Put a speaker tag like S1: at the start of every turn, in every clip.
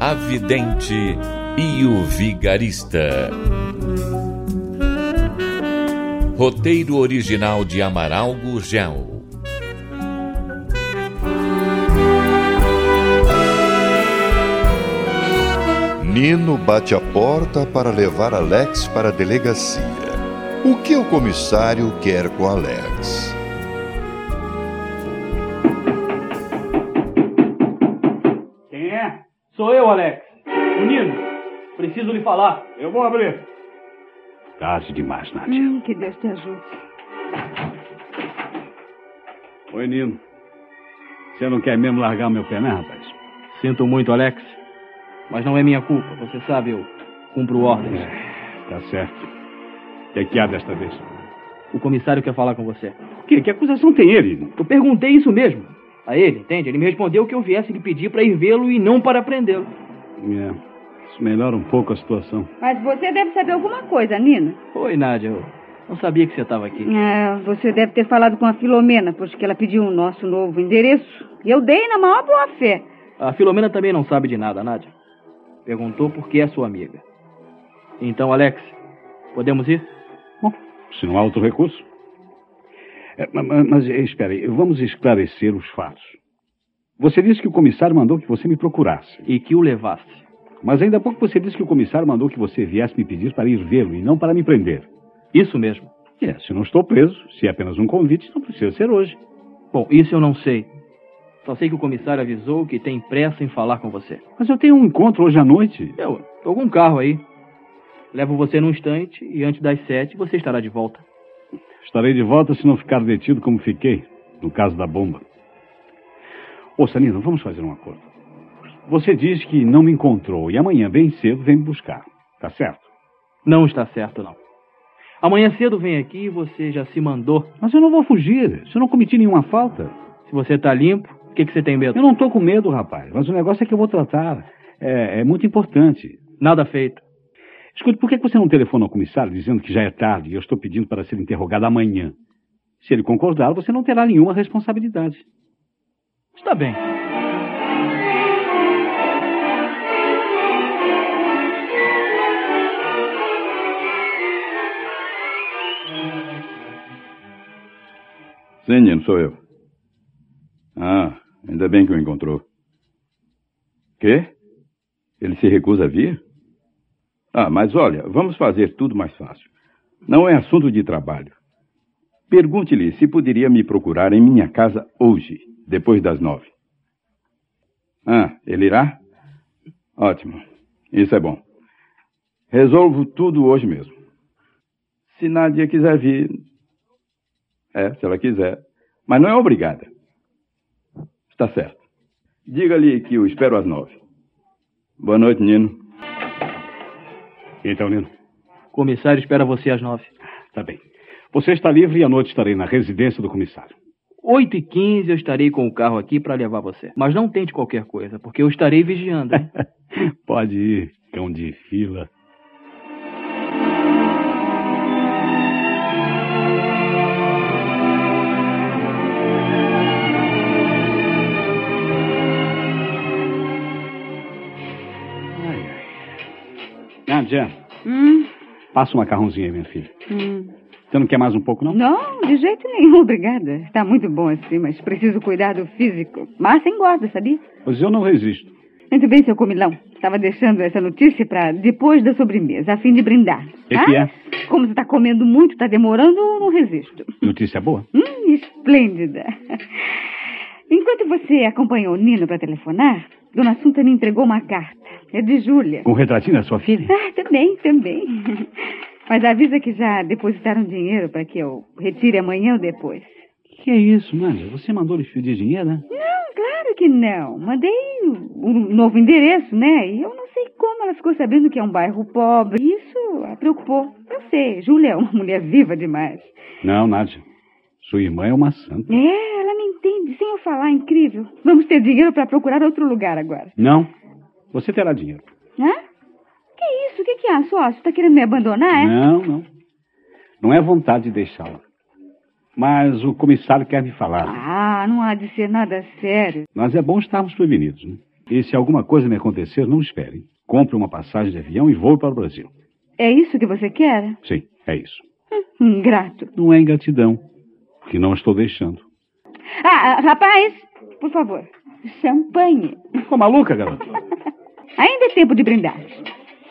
S1: A Vidente e o Vigarista. Roteiro original de Amaral Gurgel.
S2: Nino bate a porta para levar Alex para a delegacia. O que o comissário quer com Alex?
S3: Quem é? Sou eu, Alex. O Nino. Preciso lhe falar. Eu vou abrir.
S4: Tarde demais, Nath.
S5: Hum, que Deus te ajude.
S4: Oi, Nino. Você não quer mesmo largar meu pé, né, rapaz?
S3: Sinto muito, Alex. Mas não é minha culpa. Você sabe, eu cumpro ordens.
S4: Tá certo. O que, é que há desta vez?
S3: O comissário quer falar com você.
S4: O quê? Que acusação tem ele? Nino?
S3: Eu perguntei isso mesmo. A ele, entende? Ele me respondeu que eu viesse lhe pedir para ir vê-lo e não para prendê-lo.
S4: É, isso melhora um pouco a situação.
S5: Mas você deve saber alguma coisa, Nina.
S3: Oi, Nádia. Eu não sabia que você estava aqui.
S5: Ah, você deve ter falado com a Filomena, porque ela pediu o nosso novo endereço. E eu dei na maior boa fé.
S3: A Filomena também não sabe de nada, Nádia. Perguntou por que é sua amiga. Então, Alex, podemos ir?
S4: Bom, se não há outro recurso. É, ma- ma- mas, eh, espera aí, vamos esclarecer os fatos. Você disse que o comissário mandou que você me procurasse.
S3: E que o levasse.
S4: Mas ainda há pouco você disse que o comissário mandou que você viesse me pedir para ir vê-lo e não para me prender.
S3: Isso mesmo.
S4: É, se não estou preso, se é apenas um convite, não precisa ser hoje.
S3: Bom, isso eu não sei. Só sei que o comissário avisou que tem pressa em falar com você.
S4: Mas eu tenho um encontro hoje à noite.
S3: Eu tô com um carro aí. Levo você num instante e antes das sete você estará de volta.
S4: Estarei de volta se não ficar detido como fiquei, no caso da bomba. Ô, Sanino, vamos fazer um acordo. Você diz que não me encontrou e amanhã, bem cedo, vem me buscar. Tá certo?
S3: Não está certo, não. Amanhã cedo vem aqui e você já se mandou.
S4: Mas eu não vou fugir. Se eu não cometi nenhuma falta.
S3: Se você tá limpo, o que, que você tem medo?
S4: Eu não tô com medo, rapaz. Mas o negócio é que eu vou tratar. É, é muito importante.
S3: Nada feito.
S4: Escute, por que você não telefona ao comissário dizendo que já é tarde e eu estou pedindo para ser interrogado amanhã? Se ele concordar, você não terá nenhuma responsabilidade.
S3: Está bem.
S6: Sim, Nino, sou eu. Ah, ainda bem que o encontrou. Quê? Ele se recusa a vir? Ah, mas olha, vamos fazer tudo mais fácil. Não é assunto de trabalho. Pergunte-lhe se poderia me procurar em minha casa hoje, depois das nove. Ah, ele irá? Ótimo. Isso é bom. Resolvo tudo hoje mesmo. Se Nadia quiser vir, é, se ela quiser. Mas não é obrigada. Está certo. Diga-lhe que o espero às nove. Boa noite, Nino.
S4: Então, Nino,
S3: O comissário espera você às nove.
S4: tá bem. Você está livre e à noite estarei na residência do comissário.
S3: Oito e quinze eu estarei com o carro aqui para levar você. Mas não tente qualquer coisa, porque eu estarei vigiando. hein?
S4: Pode ir, cão de fila. Ai, ai. Nadia,
S5: Hum,
S4: passa um macarrãozinho aí, minha filha.
S5: hum.
S4: Você não quer mais um pouco, não?
S5: Não, de jeito nenhum, obrigada. Está muito bom assim, mas preciso cuidar do físico. Massa engorda, sabia?
S4: Pois eu não resisto.
S5: Muito bem, seu comilão. Estava deixando essa notícia para depois da sobremesa, a fim de brindar.
S4: E que é?
S5: Ah, Como você está comendo muito, está demorando, eu não resisto.
S4: Notícia boa.
S5: Hum, esplêndida. Enquanto você acompanhou o Nino para telefonar, Dona Assunta me entregou uma carta. É de Júlia.
S4: Com o retratinho da sua filha?
S5: Ah, também, também. Mas avisa que já depositaram dinheiro para que eu retire amanhã ou depois.
S4: Que é isso, Nádia? Você mandou lhe pedir dinheiro, né?
S5: Não, claro, que não. Mandei um novo endereço, né? E eu não sei como ela ficou sabendo que é um bairro pobre. Isso a preocupou. Eu sei, Júlia é uma mulher viva demais.
S3: Não, Nádia. Sua irmã é uma santa.
S5: É, ela me entende, sem eu falar, é incrível. Vamos ter dinheiro para procurar outro lugar agora.
S3: Não. Você terá dinheiro.
S5: Hã? Que isso? O que, que há, sócio? Tá querendo me abandonar, é?
S3: Não, não. Não é vontade de deixá-la. Mas o comissário quer me falar.
S5: Ah, não há de ser nada sério.
S3: Mas é bom estarmos prevenidos, né? E se alguma coisa me acontecer, não espere. Compre uma passagem de avião e voe para o Brasil.
S5: É isso que você quer? Hum,
S3: Sim, é isso.
S5: Ingrato.
S3: Não é ingratidão, que não estou deixando.
S5: Ah, ah, rapaz, por favor, champanhe.
S3: Ficou maluca, garoto?
S5: Ainda é tempo de brindar.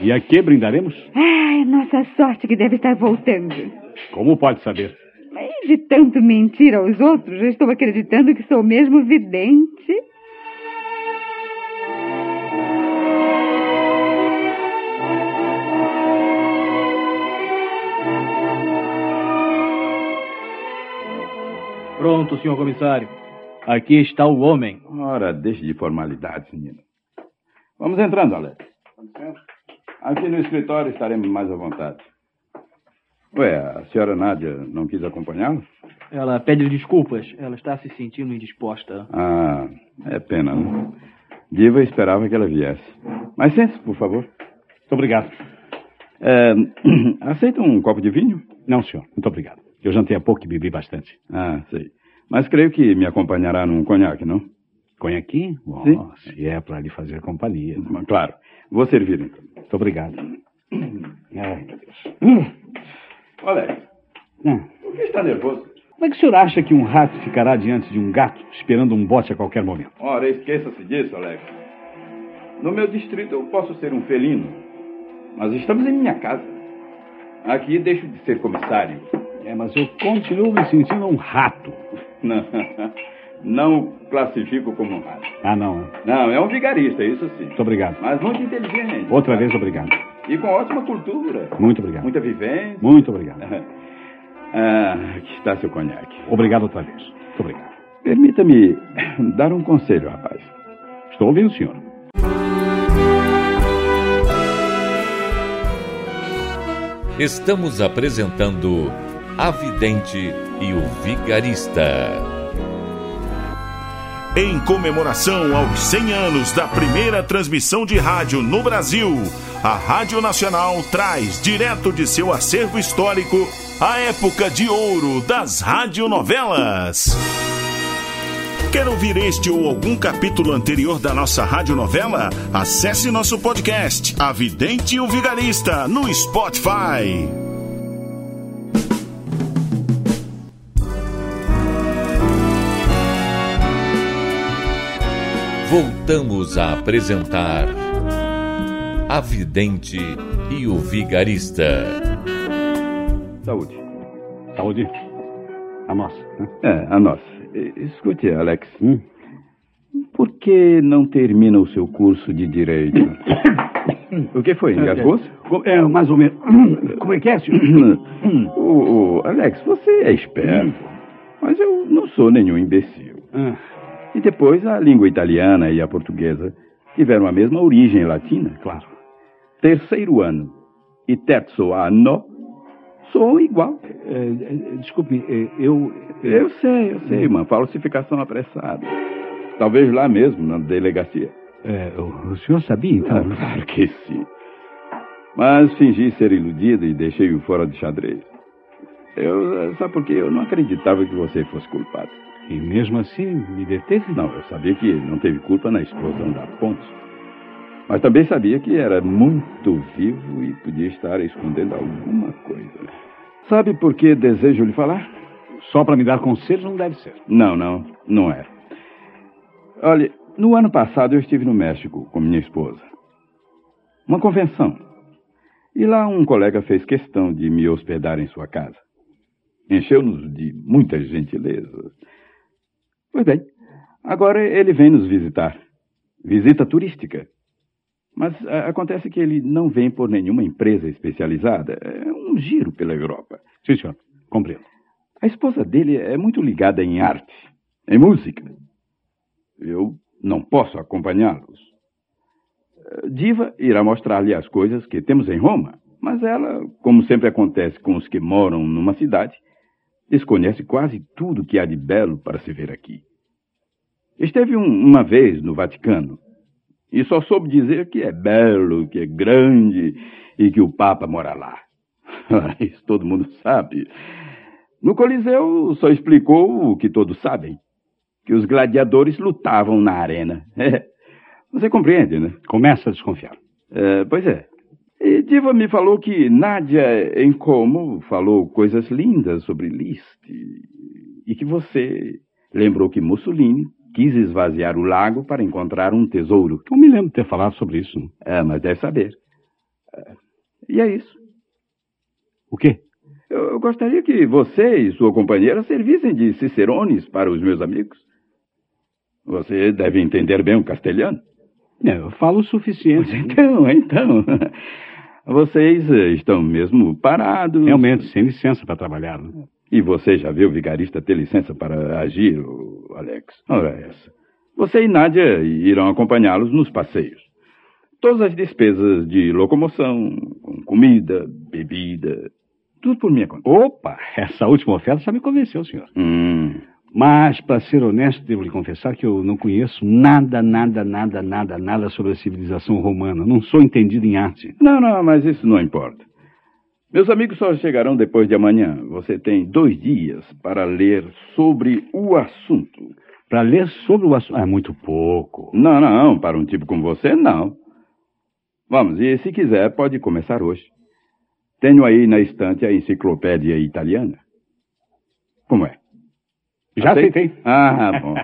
S3: E aqui brindaremos?
S5: Ai, nossa sorte que deve estar voltando.
S3: Como pode saber?
S5: Mas de tanto mentir aos outros, eu estou acreditando que sou mesmo vidente.
S7: Pronto, senhor comissário. Aqui está o homem.
S6: Ora, deixe de formalidades, menino. Vamos entrando, Alex. Aqui no escritório estaremos mais à vontade. Ué, a senhora Nádia não quis acompanhá-lo?
S7: Ela pede desculpas. Ela está se sentindo indisposta.
S6: Ah, é pena, né? Diva esperava que ela viesse. Mas sente-se, por favor.
S3: Muito obrigado.
S6: É, aceita um copo de vinho?
S3: Não, senhor. Muito obrigado. Eu jantei há pouco e bebi bastante.
S6: Ah, sei. Mas creio que me acompanhará num conhaque, não?
S3: Conhaquim? Bom, se é para lhe fazer companhia. Muito
S6: Claro. Vou servir, então.
S3: obrigado. Hum. Ai, meu Deus.
S6: Alex,
S3: Ah,
S6: por que está nervoso?
S3: Como é que o senhor acha que um rato ficará diante de um gato esperando um bote a qualquer momento?
S6: Ora, esqueça-se disso, Alex. No meu distrito eu posso ser um felino, mas estamos em minha casa. Aqui deixo de ser comissário.
S3: É, mas eu continuo me sentindo um rato.
S6: Não, não o classifico como um rato.
S3: Ah, não. é.
S6: Não, é um vigarista, isso sim.
S3: Muito obrigado.
S6: Mas muito inteligente.
S3: Outra vez, obrigado.
S6: E com ótima cultura.
S3: Muito obrigado.
S6: Muita vivência.
S3: Muito obrigado.
S6: Ah, aqui está seu conhaque.
S3: Obrigado outra vez. Muito obrigado.
S6: Permita-me dar um conselho, rapaz.
S3: Estou ouvindo, o senhor.
S1: Estamos apresentando A Vidente e o Vigarista.
S4: Em comemoração aos 100 anos da primeira transmissão de rádio no Brasil, a Rádio Nacional traz direto de seu acervo histórico a época de ouro das radionovelas. Quer ouvir este ou algum capítulo anterior da nossa radionovela? Acesse nosso podcast, A Vidente e o Vigarista, no Spotify.
S1: Voltamos a apresentar A Vidente e o Vigarista.
S6: Saúde.
S3: Saúde. A nossa. né? Hum?
S6: É, a nossa. E- Escute, Alex. Por que não termina o seu curso de Direito? o que foi? Engasgou-se?
S3: Co- É, mais ou menos. Como é que é, senhor? Hum.
S6: Ô, ô, Alex, você é esperto. Mas eu não sou nenhum imbecil.
S3: Ah,
S6: E depois, a língua italiana e a portuguesa tiveram a mesma origem latina.
S3: claro.
S6: Terceiro ano e terzo anno são igual.
S3: É, é, desculpe, é, eu.
S6: Eu sei, eu sei, uma falsificação apressada. Talvez lá mesmo, na delegacia.
S3: é, o, o senhor sabia, então?
S6: Ah, claro que sim. Mas fingi ser iludido e deixei-o fora de xadrez. Eu, eh, sabe por quê? Eu não acreditava que você fosse culpado.
S3: E mesmo assim, me deteve?
S6: Não, eu sabia que ele não teve culpa na explosão da ponte. Mas também sabia que era muito vivo e podia estar escondendo alguma coisa. Sabe por que desejo lhe falar?
S3: Só para me dar conselhos não deve ser.
S6: Não, não, não é. Olha, no ano passado eu estive no México com minha esposa. Uma convenção. E lá um colega fez questão de me hospedar em sua casa. Encheu-nos de muitas gentilezas. Pois bem, agora ele vem nos visitar. Visita turística. Mas ah, acontece que ele não vem por nenhuma empresa especializada. É um giro pela Europa.
S3: Sim, senhor. Compreendo.
S6: A esposa dele é muito ligada em arte, em música. Eu Não posso acompanhá-los. Eh, Diva irá mostrar-lhe as coisas que temos em Roma, mas ela, como sempre acontece com os que moram numa cidade, desconhece quase tudo que há de belo para se ver aqui. Esteve um- uma vez no Vaticano e só soube dizer que é belo, que é grande e que o Papa mora lá. Isso todo mundo sabe. No Coliseu só explicou o que todos sabem: que os gladiadores lutavam na arena. Você compreende, né?
S3: Começa a desconfiar.
S6: É, pois é. E Diva me falou que Nádia, em como, falou coisas lindas sobre Liszt. E que você lembrou que Mussolini quis esvaziar o lago para encontrar um tesouro.
S3: Não me lembro de ter falado sobre isso. né? não.
S6: É, mas deve saber. É, E é isso.
S3: O quê?
S6: Eu, eu gostaria que você e sua companheira servissem de cicerones para os meus amigos. Você deve entender bem o castelhano.
S3: É, eu falo o
S6: Pois
S3: suficiente.
S6: Então, então. Vocês eh, estão mesmo parados.
S3: Realmente, sem licença para trabalhar. né?
S6: E você já viu o vigarista ter licença para agir, ô, Alex? Ora, essa. Você e Nádia irão acompanhá-los nos passeios. Todas as despesas de locomoção, com comida, bebida, tudo por minha conta.
S3: Opa, essa última oferta já me convenceu, senhor.
S6: Hum,
S3: Mas, para ser honesto, devo lhe confessar que eu não conheço nada, nada, nada, nada, nada sobre a civilização romana. Não sou entendido em arte.
S6: Não, não, mas isso não importa. Meus amigos só chegarão depois de amanhã. Você tem dois dias para ler sobre o assunto.
S3: Para ler sobre o assunto. Ah, é muito pouco.
S6: Não, não, para um tipo como você, não. Vamos, e se quiser, pode começar hoje. Tenho aí na estante a enciclopédia italiana. Como é?
S3: Já
S6: Aceita?
S3: aceitei.
S6: Ah, bom.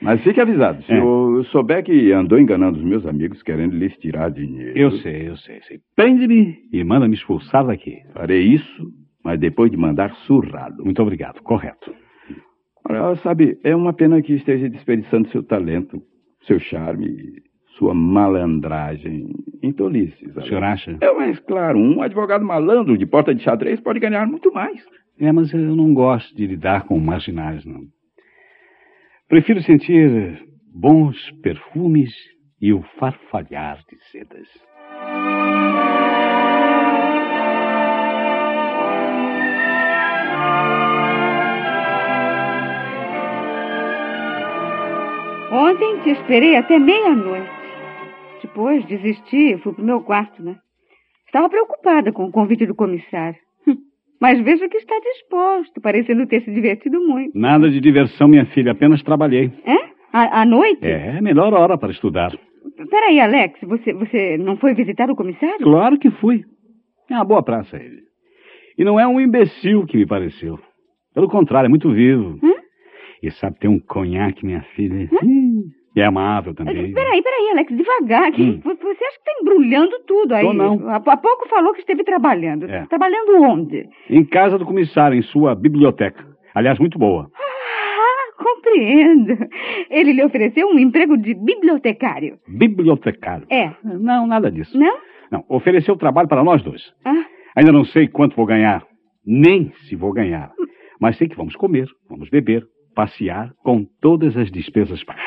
S6: Mas fique avisado, se
S3: É.
S6: eu souber que andou enganando os meus amigos querendo lhes tirar dinheiro.
S3: Eu sei, eu sei, sei.
S6: Prende-me.
S3: E manda me expulsar daqui.
S6: Farei isso, mas depois de mandar surrado.
S3: Muito obrigado, correto.
S6: Olha, sabe, é uma pena que esteja desperdiçando seu talento, seu charme, sua malandragem em tolices.
S3: O
S6: sabe?
S3: senhor acha?
S6: É, mas claro, um advogado malandro de porta de xadrez pode ganhar muito mais.
S3: É, mas eu não gosto de lidar com marginais, não. Prefiro sentir bons perfumes e o farfalhar de sedas.
S5: Ontem te esperei até meia-noite. Depois desisti e fui pro meu quarto, né? Estava preocupada com o convite do comissário. Hum, Mas vejo que está disposto, parecendo ter se divertido muito.
S3: Nada de diversão, minha filha, apenas trabalhei.
S5: É? À, à noite?
S3: É, a melhor hora para estudar.
S5: Peraí, Alex, você, você não foi visitar o comissário?
S3: Claro que fui. É uma boa praça ele. E não é um imbecil que me pareceu. Pelo contrário, é muito vivo.
S5: Hum?
S3: E sabe, tem um conhaque, minha filha. Hum. E é amável também.
S5: Peraí, peraí, Alex, devagar. que
S3: Hum.
S5: vo- Você acha que está embrulhando tudo aí?
S3: Tô não.
S5: Há, há pouco falou que esteve trabalhando.
S3: É.
S5: Trabalhando onde?
S3: Em casa do comissário, em sua biblioteca. Aliás, muito boa.
S5: Ah, compreendo. Ele lhe ofereceu um emprego de bibliotecário.
S3: Bibliotecário.
S5: É.
S3: Não, nada disso.
S5: Não?
S3: Não, ofereceu trabalho para nós dois.
S5: Ah,
S3: Ainda não sei quanto vou ganhar, nem se vou ganhar. Mas sei que vamos comer, vamos beber, passear com todas as despesas pagas.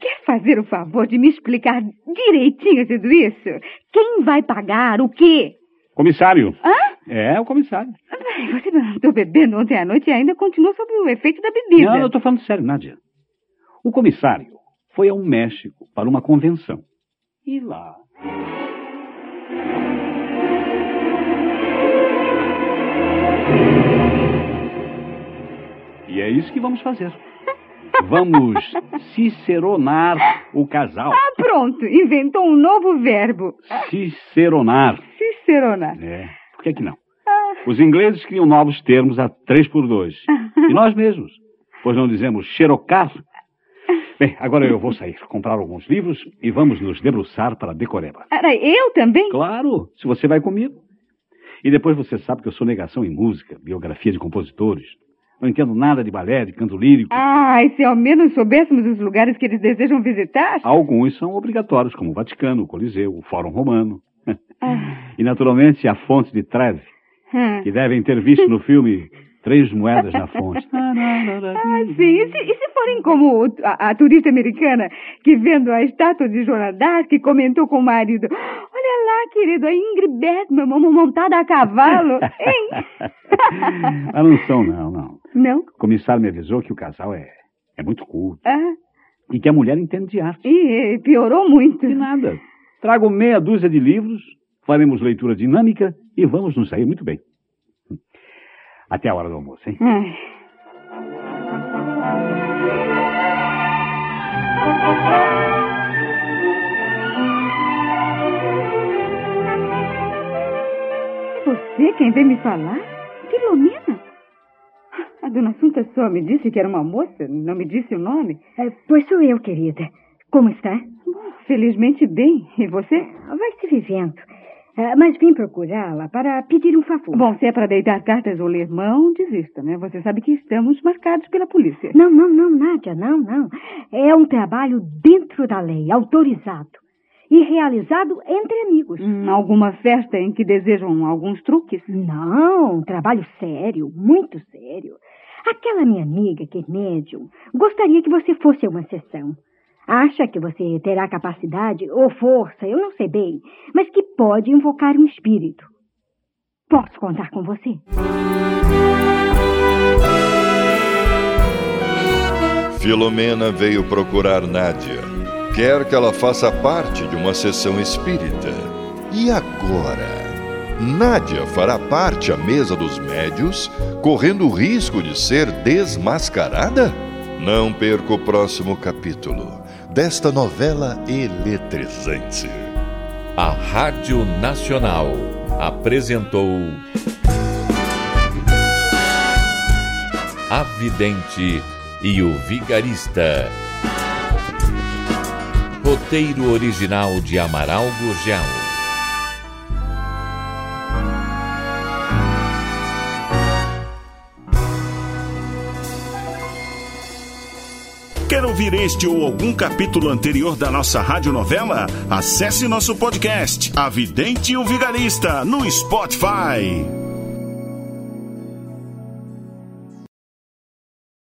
S5: quer fazer o favor de me explicar direitinho tudo isso? Quem vai pagar o quê?
S3: Comissário.
S5: Hã?
S3: É, o comissário.
S5: Peraí, Você andou bebendo ontem à noite e ainda continua sob o efeito da bebida.
S3: Não, eu tô falando sério, Nádia. O comissário foi ao México para uma convenção. E lá. E é isso que vamos fazer. Vamos ciceronar o casal.
S5: Ah, pronto, inventou um novo verbo.
S3: Ciceronar.
S5: Cicerona.
S3: É, por que, que não? Os ingleses criam novos termos a três por dois. E nós mesmos. Pois não dizemos xerocar? Bem, agora eu vou sair, comprar alguns livros e vamos nos debruçar para Decoreba.
S5: Peraí, eu também?
S3: Claro, se você vai comigo. E depois você sabe que eu sou negação em música, biografia de compositores. Não entendo nada de balé, de canto lírico.
S5: Ah, e se ao menos soubéssemos os lugares que eles desejam visitar?
S3: Alguns são obrigatórios, como o Vaticano, o Coliseu, o Fórum Romano. E, naturalmente, a fonte de Trevi,
S5: Ah,
S3: que devem ter visto no filme Três Moedas na Fonte.
S5: Ah, sim. E se, e se forem como o- a, a turista americana que vendo a estátua de Jonadas que comentou com o marido. Olha lá, querido, a Ingrid Bergman mo- montada a cavalo, hein?
S3: Ah, não são, não, não.
S5: Não?
S3: O comissário me avisou que o casal é, é muito culto
S5: Ah,
S3: e que a mulher entende de arte.
S5: e eh, piorou muito.
S3: De nada. Trago meia dúzia de livros, faremos leitura dinâmica e vamos nos sair muito bem. Até a hora do almoço, hein?
S5: Ai. É Você quem vem me falar? Filomena? A dona Assunta só me disse que era uma moça, não me disse o nome.
S8: É, pois sou eu, querida. Como está?
S5: Bom, felizmente bem. E você?
S8: Vai se vivendo. Ah, mas vim procurá-la para pedir um favor.
S5: Bom, se é para deitar cartas ou ler mão, desista, né? Você sabe que estamos marcados pela polícia.
S8: Não, não, não, Nádia, não, não. É um trabalho dentro da lei, autorizado. E realizado entre amigos.
S5: Hum, alguma festa em que desejam alguns truques?
S8: Não, um trabalho sério, muito sério. Aquela minha amiga que é médium gostaria que você fosse a uma sessão. Acha que você terá capacidade ou força, eu não sei bem, mas que pode invocar um espírito. Posso contar com você?
S2: Filomena veio procurar Nádia. Quer que ela faça parte de uma sessão espírita. E agora? Nádia fará parte à mesa dos médios, correndo o risco de ser desmascarada? Não perca o próximo capítulo desta novela eletrizante.
S1: A Rádio Nacional apresentou A Vidente e o Vigarista. Roteiro original de Amaral Gurgel.
S4: Quer ouvir este ou algum capítulo anterior da nossa radionovela? Acesse nosso podcast, A Vidente e o Vigarista, no Spotify.